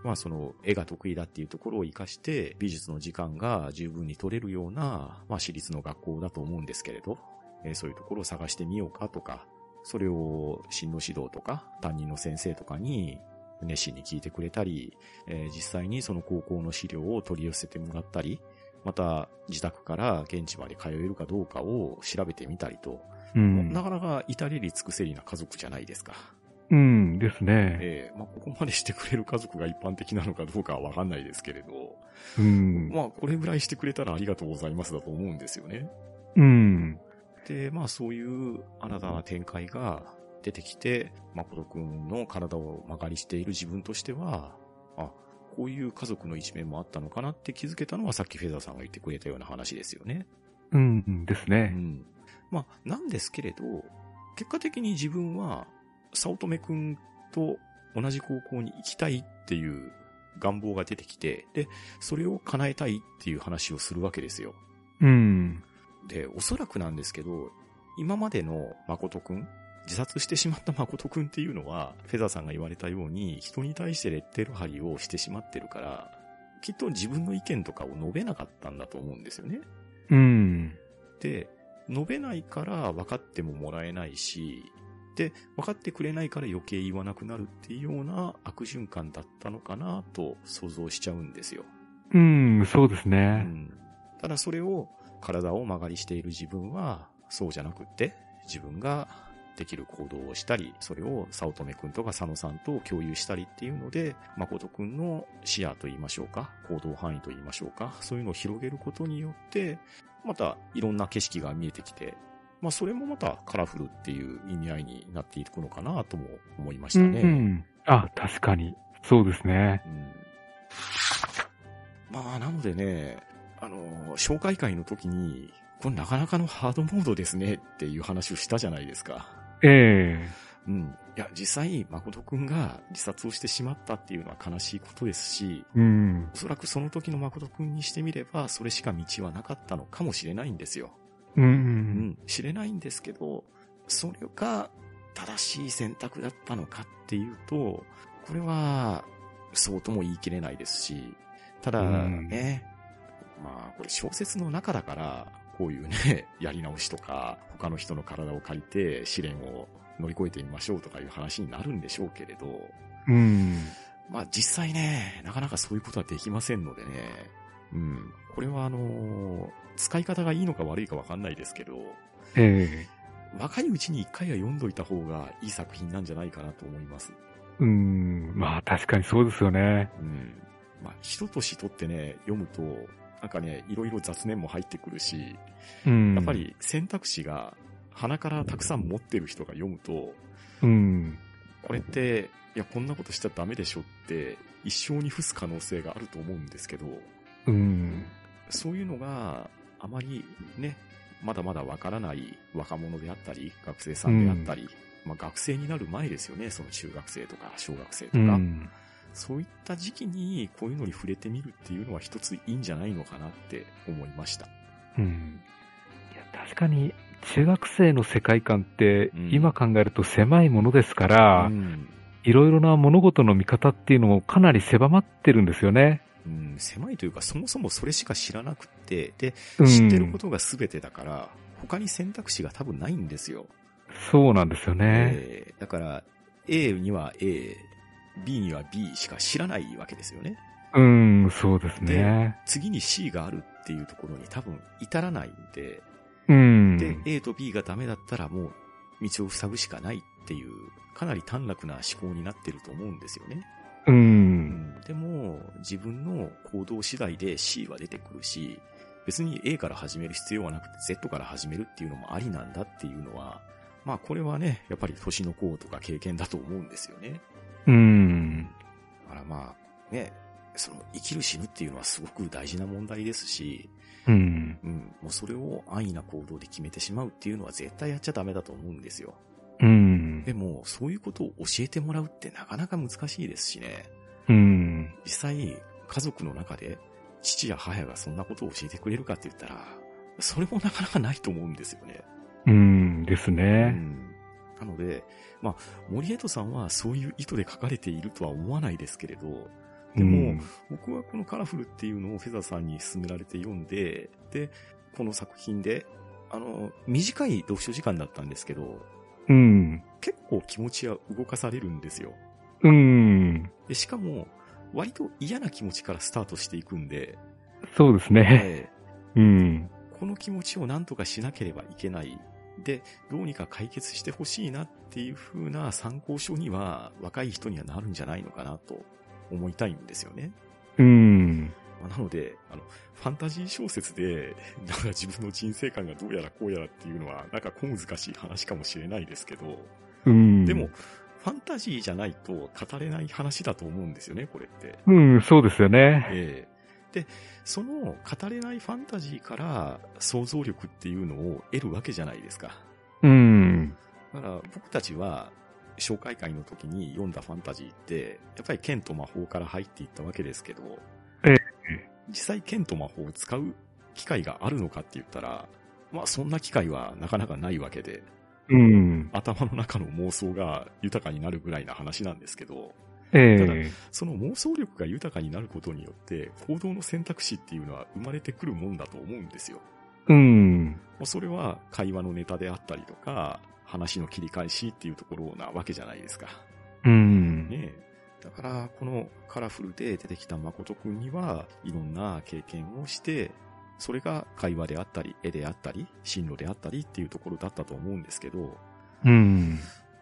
[SPEAKER 1] まあその絵が得意だっていうところを活かして美術の時間が十分に取れるような、まあ私立の学校だと思うんですけれど、えーそういうところを探してみようかとか、それを進路指導とか担任の先生とかに熱心に聞いてくれたり、えー実際にその高校の資料を取り寄せてもらったり、また自宅から現地まで通えるかどうかを調べてみたりと、
[SPEAKER 2] うん
[SPEAKER 1] な。かなか至れり尽くせりな家族じゃないですか。
[SPEAKER 2] うん。ですね。
[SPEAKER 1] ええまあ、ここまでしてくれる家族が一般的なのかどうかはわかんないですけれど、
[SPEAKER 2] うん。
[SPEAKER 1] まあ、これぐらいしてくれたらありがとうございますだと思うんですよね。
[SPEAKER 2] うん。
[SPEAKER 1] で、まあ、そういう新たな展開が出てきて、誠くんの体を曲がりしている自分としては、あ、こういう家族の一面もあったのかなって気づけたのはさっきフェザーさんが言ってくれたような話ですよね。
[SPEAKER 2] うん。です
[SPEAKER 1] う
[SPEAKER 2] ね。
[SPEAKER 1] ん。まあ、なんですけれど、結果的に自分は、早乙女くんと同じ高校に行きたいっていう願望が出てきて、で、それを叶えたいっていう話をするわけですよ。
[SPEAKER 2] うん。
[SPEAKER 1] で、おそらくなんですけど、今までの誠くん、自殺してしまった誠くんっていうのは、フェザーさんが言われたように、人に対してレッテル貼りをしてしまってるから、きっと自分の意見とかを述べなかったんだと思うんですよね。
[SPEAKER 2] うん。
[SPEAKER 1] で、述べないから分かってももらえないし、で、分かってくれないから余計言わなくなるっていうような悪循環だったのかなと想像しちゃうんですよ。
[SPEAKER 2] うん。そうです
[SPEAKER 1] う
[SPEAKER 2] ね。
[SPEAKER 1] ん。ただそれを体を曲がりしている自分はそうじゃなくって自分ができる行動をしたり、それを早乙女くんとか佐野さんと共有したりっていうので、誠くんの視野と言いましょうか、行動範囲と言いましょうか、そういうのを広げることによって、またいろんな景色が見えてきて、まあそれもまたカラフルっていう意味合いになっていくのかなとも思いました
[SPEAKER 2] う
[SPEAKER 1] ね。
[SPEAKER 2] んうん。あ、確かに。そうですね。
[SPEAKER 1] うんまあ、なのでね、あの、紹介会の時に、これなかなかのハードモードですねっていう話をしたじゃないですか。
[SPEAKER 2] ええ
[SPEAKER 1] うん。いや、実際、誠くんが自殺をしてしまったっていうのは悲しいことですし、
[SPEAKER 2] うん。
[SPEAKER 1] おそらくその時の誠くんにしてみれば、それしか道はなかったのかもしれないんですよ。
[SPEAKER 2] う。
[SPEAKER 1] うんん。知れないんですけど、それが正しい選択だったのかっていうと、これは、そうとも言い切れないですし、ただ
[SPEAKER 2] うん
[SPEAKER 1] ね、まあ、これ小説の中だから、こういうね、 やり直しとか、他の人の体を借りて試練を乗り越えてみましょうとかいう話になるんでしょうけれど、
[SPEAKER 2] うん。
[SPEAKER 1] まあ実際ね、なかなかそういうことはできませんのでね、うん。これはあのー使い方がいいのか悪いかわかんないですけど、
[SPEAKER 2] ええ
[SPEAKER 1] 若いうちに一回は読んどいた方がいい作品なんじゃないかなと思います。
[SPEAKER 2] うん。まあ確かにそうですよね。
[SPEAKER 1] うん。まあ、一年取ってね、読むと、なんかね、いろいろ雑念も入ってくるし、
[SPEAKER 2] うん。
[SPEAKER 1] やっぱ。り選択肢が鼻からたくさん持ってる人が読むと、
[SPEAKER 2] うん。
[SPEAKER 1] これって、いや、こんなことしちゃダメでしょって、一生に付す可能性があると思うんですけど、
[SPEAKER 2] うん。
[SPEAKER 1] そういうのがあまりね、まだまだわからない若者であったり、学生さんであったり、まあ学生になる前ですよね、その中学生とか小学生と
[SPEAKER 2] う
[SPEAKER 1] か、
[SPEAKER 2] ん。
[SPEAKER 1] そういった時期にこういうのに触れてみるっていうのは一ついいんじゃないのかなって思いました。
[SPEAKER 2] うん。いや、確かに、中学生の世界観って
[SPEAKER 1] うん、
[SPEAKER 2] 今考えると狭いものですから、
[SPEAKER 1] うん。
[SPEAKER 2] いろいろな物事の見方っていうのもかなり狭まってるんですよね。
[SPEAKER 1] うん、狭いというか、そもそもそれしか知らなくって、で、
[SPEAKER 2] うん。
[SPEAKER 1] 知ってることが全てだから、他に選択肢が多分ないんですよ。
[SPEAKER 2] そうなんですよね。
[SPEAKER 1] えーだから、A には A、B には B しか知らないわけですよね。
[SPEAKER 2] うん、そうですね。
[SPEAKER 1] 次に C があるっていうところに多分至らないんで、
[SPEAKER 2] うん。
[SPEAKER 1] で、A と B がダメだったらもう道を塞ぐしかないっていう、かなり短絡な思考になってると思うんですよね。
[SPEAKER 2] う。
[SPEAKER 1] うんん、でも、自分の行動次第で C は出てくるし、別に A から始める必要はなくて Z から始めるっていうのもありなんだっていうのは、まあこれはね、やっぱり年の功とか経験だと思うんですよね。
[SPEAKER 2] うん。
[SPEAKER 1] だからまあ、ね、その生きる死ぬっていうのはすごく大事な問題ですし、
[SPEAKER 2] うん。
[SPEAKER 1] うん、もうそれを安易な行動で決めてしまうっていうのは絶対やっちゃダメだと思うんですよ。
[SPEAKER 2] うん。
[SPEAKER 1] でも、そういうことを教えてもらうってなかなか難しいですしね。
[SPEAKER 2] うん。
[SPEAKER 1] 実際、家族の中で、父や母がそんなことを教えてくれるかって言ったら、それもなかなかないと思うんですよね。
[SPEAKER 2] うん。です
[SPEAKER 1] う
[SPEAKER 2] ね。
[SPEAKER 1] ん、なので、まあ、森江戸さんはそういう意図で書かれているとは思わないですけれど、でも、僕はこのカラフルっていうのをフェザーさんに勧められて読んで、で、この作品で、あの、短い読書時間だったんですけど、
[SPEAKER 2] うん。
[SPEAKER 1] 結構気持ちは動かされるんですよ。
[SPEAKER 2] うん。
[SPEAKER 1] でしかも、割と嫌な気持ちからスタートしていくんで、
[SPEAKER 2] そうですね。
[SPEAKER 1] え
[SPEAKER 2] うん。
[SPEAKER 1] ーこの気持ちを何とかしなければいけない。で、どうにか解決してほしいなっていう風な参考書には若い人にはなるんじゃないのかなと思いたいんですよね。
[SPEAKER 2] うん。
[SPEAKER 1] まあなので、あの、ファンタジー小説で、 なんか自分の人生観がどうやらこうやらっていうのは、なんか小難しい話かもしれないですけど、
[SPEAKER 2] うん。
[SPEAKER 1] でも、、ファンタジーじゃないと語れない話だと思うんですよね、これって。
[SPEAKER 2] うん、そうですよね。
[SPEAKER 1] ええで、その語れないファンタジーから想像力っていうのを得るわけじゃないですか。
[SPEAKER 2] うん。
[SPEAKER 1] だから僕たちは紹介会の時に読んだファンタジーって、やっぱり剣と魔法から入っていったわけですけど、
[SPEAKER 2] ええ
[SPEAKER 1] 実際剣と魔法を使う機会があるのかって言ったら、まあそんな機会はなかなかないわけで、
[SPEAKER 2] うん。
[SPEAKER 1] 頭の中の妄想が豊かになるぐらいな話なんですけど、
[SPEAKER 2] ええ
[SPEAKER 1] ただその妄想力が豊かになることによって、行動の選択肢っていうのは生まれてくるもんだと思うんですよ。
[SPEAKER 2] うん。
[SPEAKER 1] もうそれは会話のネタであったりとか、話の切り返しっていうところなわけじゃないですか。
[SPEAKER 2] うん。
[SPEAKER 1] ねえ。だから、このカラフルで出てきた誠くんには、いろんな経験をして、それが会話であったり、絵であったり、進路であったりっていうところだったと思うんですけど、
[SPEAKER 2] うん。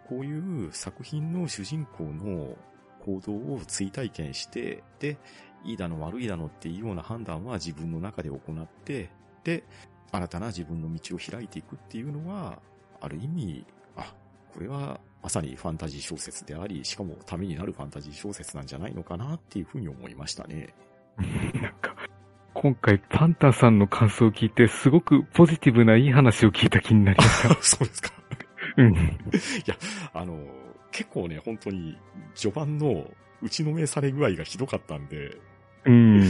[SPEAKER 1] こういう作品の主人公の行動を追体験して、で、いいだの悪いだのっていうような判断は自分の中で行って、で、新たな自分の道を開いていくっていうのは、ある意味、あ、これはまさにファンタジー小説であり、しかもためになるファンタジー小説なんじゃないのかなっていうふうに思いましたね。
[SPEAKER 2] なんか、今回パンタンさんの感想を聞いて、すごくポジティブないい話を聞いた気になりました。
[SPEAKER 1] そうですか。
[SPEAKER 2] うん。
[SPEAKER 1] あの、結構ね、本当に序盤の打ちのめされ具合がひどかったんで、
[SPEAKER 2] うん。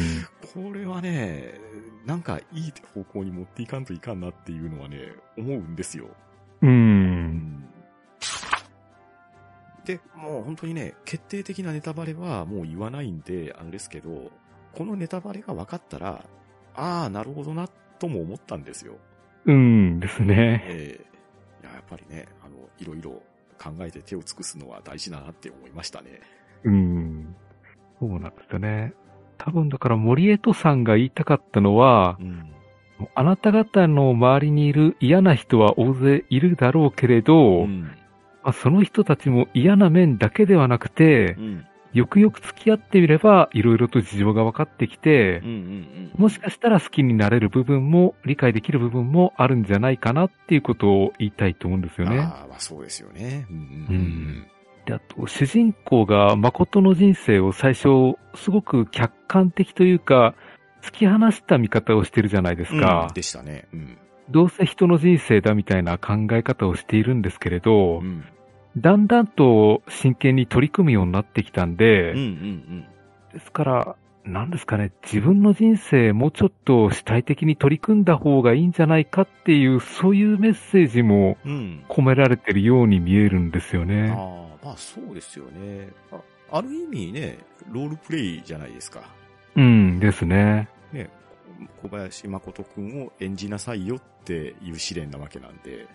[SPEAKER 1] これはね、なんかいい方向に持っていかんといかんなっていうのはね、思うんですよ。
[SPEAKER 2] う。
[SPEAKER 1] うんんで、もう本当にね、決定的なネタバレはもう言わないんで、あれですけど、このネタバレが分かったら、ああ、なるほどな、とも思ったんですよ。
[SPEAKER 2] うんですね。
[SPEAKER 1] ええいややっぱりね、あの、いろいろ考えて手を尽くすのは大事だなって思いましたね。
[SPEAKER 2] うん。そうなんですよね。多分だから森江戸さんが言いたかったのは
[SPEAKER 1] う、ん。
[SPEAKER 2] あなた方の周りにいる嫌な人は大勢いるだろうけれど、
[SPEAKER 1] うん。
[SPEAKER 2] まあ、その人たちも嫌な面だけではなくて
[SPEAKER 1] う、ん。
[SPEAKER 2] よくよく付き合ってみれば、いろいろと事情が分かってきて
[SPEAKER 1] うん。う、ん。
[SPEAKER 2] もしかしたら好きになれる部分も、理解できる部分もあるんじゃないかなっていうことを言いたいと思うんですよね。
[SPEAKER 1] ああ、まあそうですよね。うん。
[SPEAKER 2] うんで、あと、主人公が誠の人生を最初、すごく客観的というか、突き放した見方をしてるじゃないです
[SPEAKER 1] うん
[SPEAKER 2] か。
[SPEAKER 1] でしたね。うん。
[SPEAKER 2] どうせ人の人生だみたいな考え方をしているんですけれど、
[SPEAKER 1] うん。
[SPEAKER 2] だんだんと真剣に取り組むようになってきたん
[SPEAKER 1] う
[SPEAKER 2] で、
[SPEAKER 1] んうん
[SPEAKER 2] ですから、なんですかね、自分の人生もうちょっと主体的に取り組んだ方がいいんじゃないかっていう、そういうメッセージも
[SPEAKER 1] うん。うん。
[SPEAKER 2] 込められてるように見えるんですよ
[SPEAKER 1] あ
[SPEAKER 2] ね。
[SPEAKER 1] あ、まあそうですよねあ。ある意味ね、ロールプレイじゃないですか。
[SPEAKER 2] うんですね。
[SPEAKER 1] ね、小林誠くんを演じなさいよっていう試練なわけなんで、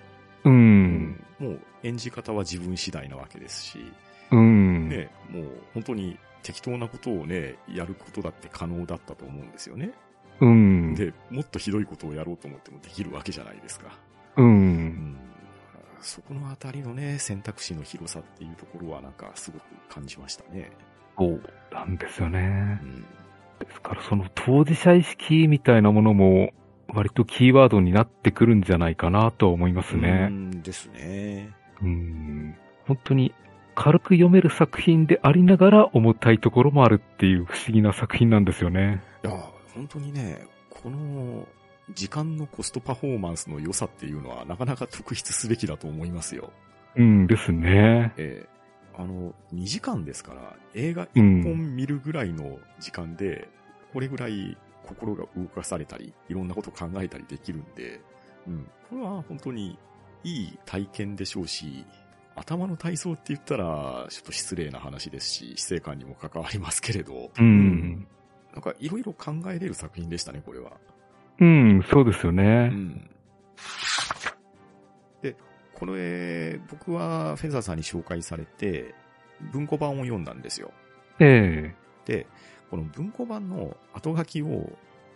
[SPEAKER 1] う
[SPEAKER 2] う。
[SPEAKER 1] んもう演じ方は自分次第なわけですし、
[SPEAKER 2] うん。
[SPEAKER 1] ね、もう本当に適当なことをね、やることだって可能だったと思うんですよね。
[SPEAKER 2] うん。
[SPEAKER 1] で、もっとひどいことをやろうと思ってもできるわけじゃないですか。
[SPEAKER 2] う。
[SPEAKER 1] うんん。そこのあたりのね、選択肢の広さっていうところはなんかすごく感じましたね。
[SPEAKER 2] そうなんですよ
[SPEAKER 1] う
[SPEAKER 2] ね。
[SPEAKER 1] ん。
[SPEAKER 2] ですからその当事者意識みたいなものも割とキーワードになってくるんじゃないかなとは思います
[SPEAKER 1] う
[SPEAKER 2] ね。
[SPEAKER 1] んですね。
[SPEAKER 2] うん。本当に軽く読める作品でありながら重たいところもあるっていう不思議な作品なんですよね。
[SPEAKER 1] いや、本当にね、この時間のコストパフォーマンスの良さっていうのはなかなか特筆すべきだと思いますよ。
[SPEAKER 2] うんですね。
[SPEAKER 1] ええあの、2時間ですから、映画
[SPEAKER 2] う
[SPEAKER 1] 1
[SPEAKER 2] ん。
[SPEAKER 1] 本見るぐらいの時間で、これぐらい心が動かされたり、いろんなこと考えたりできるんで、うん、これは本当にいい体験でしょうし、頭の体操って言ったら、ちょっと失礼な話ですし、死生観にも関わりますけれど、
[SPEAKER 2] うん。
[SPEAKER 1] なんかいろいろ考えれる作品でしたね、これは。
[SPEAKER 2] うん、そうですよね。
[SPEAKER 1] で、これ、僕はフェザーさんに紹介されて、文庫版を読んだんですよ。
[SPEAKER 2] え
[SPEAKER 1] で、この文庫版の後書きを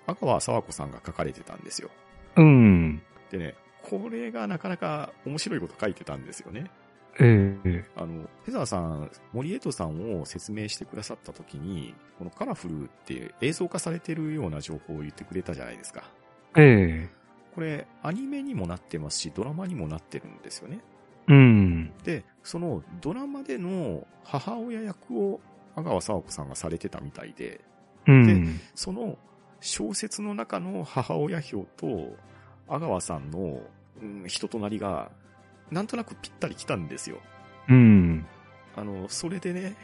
[SPEAKER 1] 赤川沢子さんが書かれてたんですよ。
[SPEAKER 2] えうん。
[SPEAKER 1] でね、これがなかなか面白いこと書いてたんですよね。
[SPEAKER 2] ええ
[SPEAKER 1] あの、フェザーさん、森エイトさんを説明してくださった時に、このカラフルって映像化されてるような情報を言ってくれたじゃないですか。
[SPEAKER 2] ええ
[SPEAKER 1] これ、アニメにもなってますし、ドラマにもなってるんですよね。
[SPEAKER 2] うん。
[SPEAKER 1] で、そのドラマでの母親役を阿川佐和子さんがされてたみたいで、
[SPEAKER 2] うん。
[SPEAKER 1] その小説の中の母親表と阿川さんの、うん人となりが、なんとなくぴったり来たんですよ。
[SPEAKER 2] うん。
[SPEAKER 1] あの、それでね、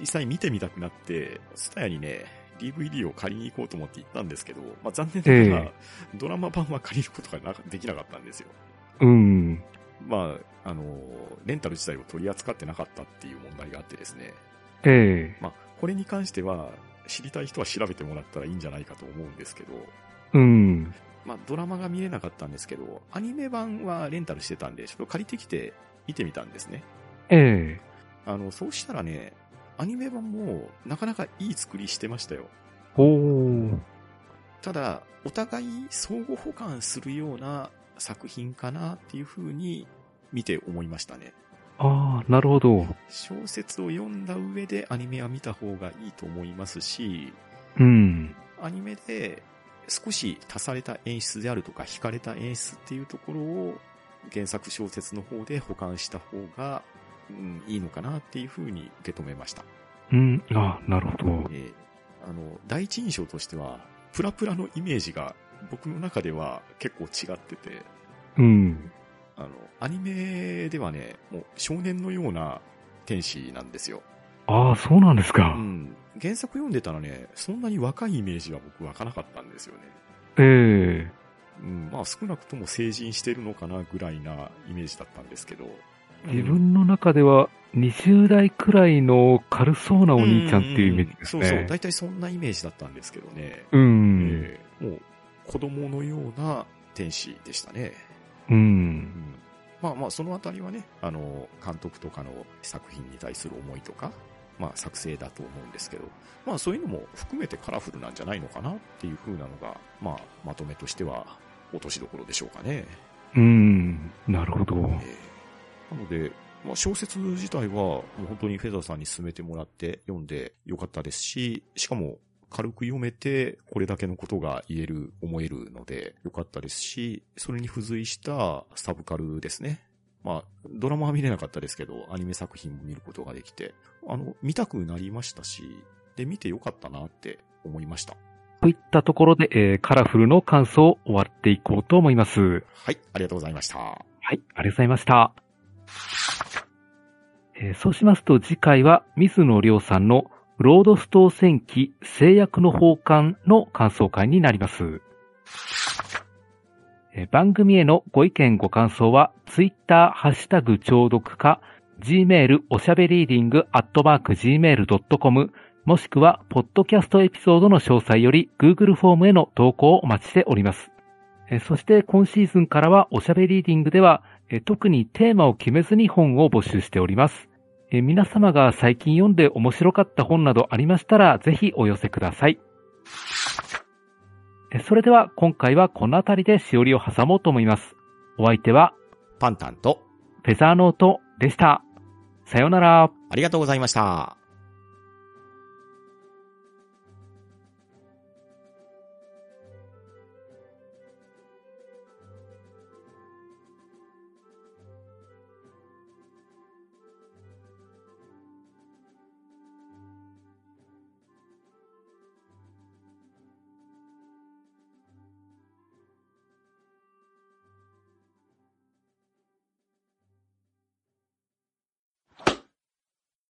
[SPEAKER 1] 実際見てみたくなって、スタヤにね、DVD を借りに行こうと思って行ったんですけど、まあ、残念ながら、ドラマ版は借りることがなできなかったんですよ。
[SPEAKER 2] うん。
[SPEAKER 1] まあ、あの、レンタル自体を取り扱ってなかったっていう問題があってですね。
[SPEAKER 2] ええ
[SPEAKER 1] まあ、これに関しては、知りたい人は調べてもらったらいいんじゃないかと思うんですけど、
[SPEAKER 2] うん。
[SPEAKER 1] まあ、ドラマが見れなかったんですけど、アニメ版はレンタルしてたんで、ちょっと借りてきて見てみたんですね。
[SPEAKER 2] ええ
[SPEAKER 1] あの、そうしたらね、アニメ版もなかなかいい作りしてましたよ。
[SPEAKER 2] ほう。
[SPEAKER 1] ただ、お互い相互補完するような作品かなっていう風に見て思いましたね。
[SPEAKER 2] ああ、なるほど。
[SPEAKER 1] 小説を読んだ上でアニメは見た方がいいと思いますし、
[SPEAKER 2] うん。
[SPEAKER 1] アニメで少し足された演出であるとか惹かれた演出っていうところを原作小説の方で保管した方が、うん、いいのかなっていうふうに受け止めました。
[SPEAKER 2] うん。ああ、なるほど。
[SPEAKER 1] えーあの、第一印象としては、プラプラのイメージが僕の中では結構違ってて、
[SPEAKER 2] うん。
[SPEAKER 1] あの、アニメではね、もう少年のような天使なんですよ。
[SPEAKER 2] ああ、そうなんですか
[SPEAKER 1] う。ん、原作読んでたらね、そんなに若いイメージは僕湧かなかったんですよね。
[SPEAKER 2] ええ
[SPEAKER 1] うん、まあ少なくとも成人してるのかなぐらいなイメージだったんですけど。
[SPEAKER 2] 自分の中では20代くらいの軽そうなお兄ちゃんっていうイメージですね。
[SPEAKER 1] そうそう、大体そんなイメージだったんですけどね。
[SPEAKER 2] うん。
[SPEAKER 1] ええもう子供のような天使でしたね。
[SPEAKER 2] う。
[SPEAKER 1] うんん、まあまあそのあたりはね、あの、監督とかの作品に対する思いとか、まあ作成だと思うんですけど、まあそういうのも含めてカラフルなんじゃないのかなっていう風なのが、まあまとめとしては落としどころでしょうかね。
[SPEAKER 2] うん。なるほど。
[SPEAKER 1] ええなので、まあ、小説自体はもう本当にフェザーさんに勧めてもらって読んでよかったですし、しかも軽く読めてこれだけのことが言える、思えるのでよかったですし、それに付随したサブカルですね。まあ、ドラマは見れなかったですけど、アニメ作品も見ることができて、あの、見たくなりましたし、で、見てよかったなって思いました。
[SPEAKER 2] といったところで、えーカラフルの感想を終わっていこうと思います。
[SPEAKER 1] はい、ありがとうございました。
[SPEAKER 2] はい、ありがとうございました。えーそうしますと次回は水野亮さんのロードストー戦記制約の奉還の感想会になります。えー番組へのご意見ご感想は、ツイッターハッシュタグ聴読か、gmail おしゃべりーディングアットマーク gmail.com、もしくは、ポッドキャストエピソードの詳細より Google フォームへの投稿をお待ちしております。えーそして今シーズンからはおしゃべりーディングでは、えー特にテーマを決めずに本を募集しております。えー皆様が最近読んで面白かった本などありましたら、ぜひお寄せください。えーそれでは、今回はこの辺りでしおりを挟もうと思います。お相手は、
[SPEAKER 1] パンタンと、
[SPEAKER 2] フェザーノートでした。さようなら。
[SPEAKER 1] ありがとうございました。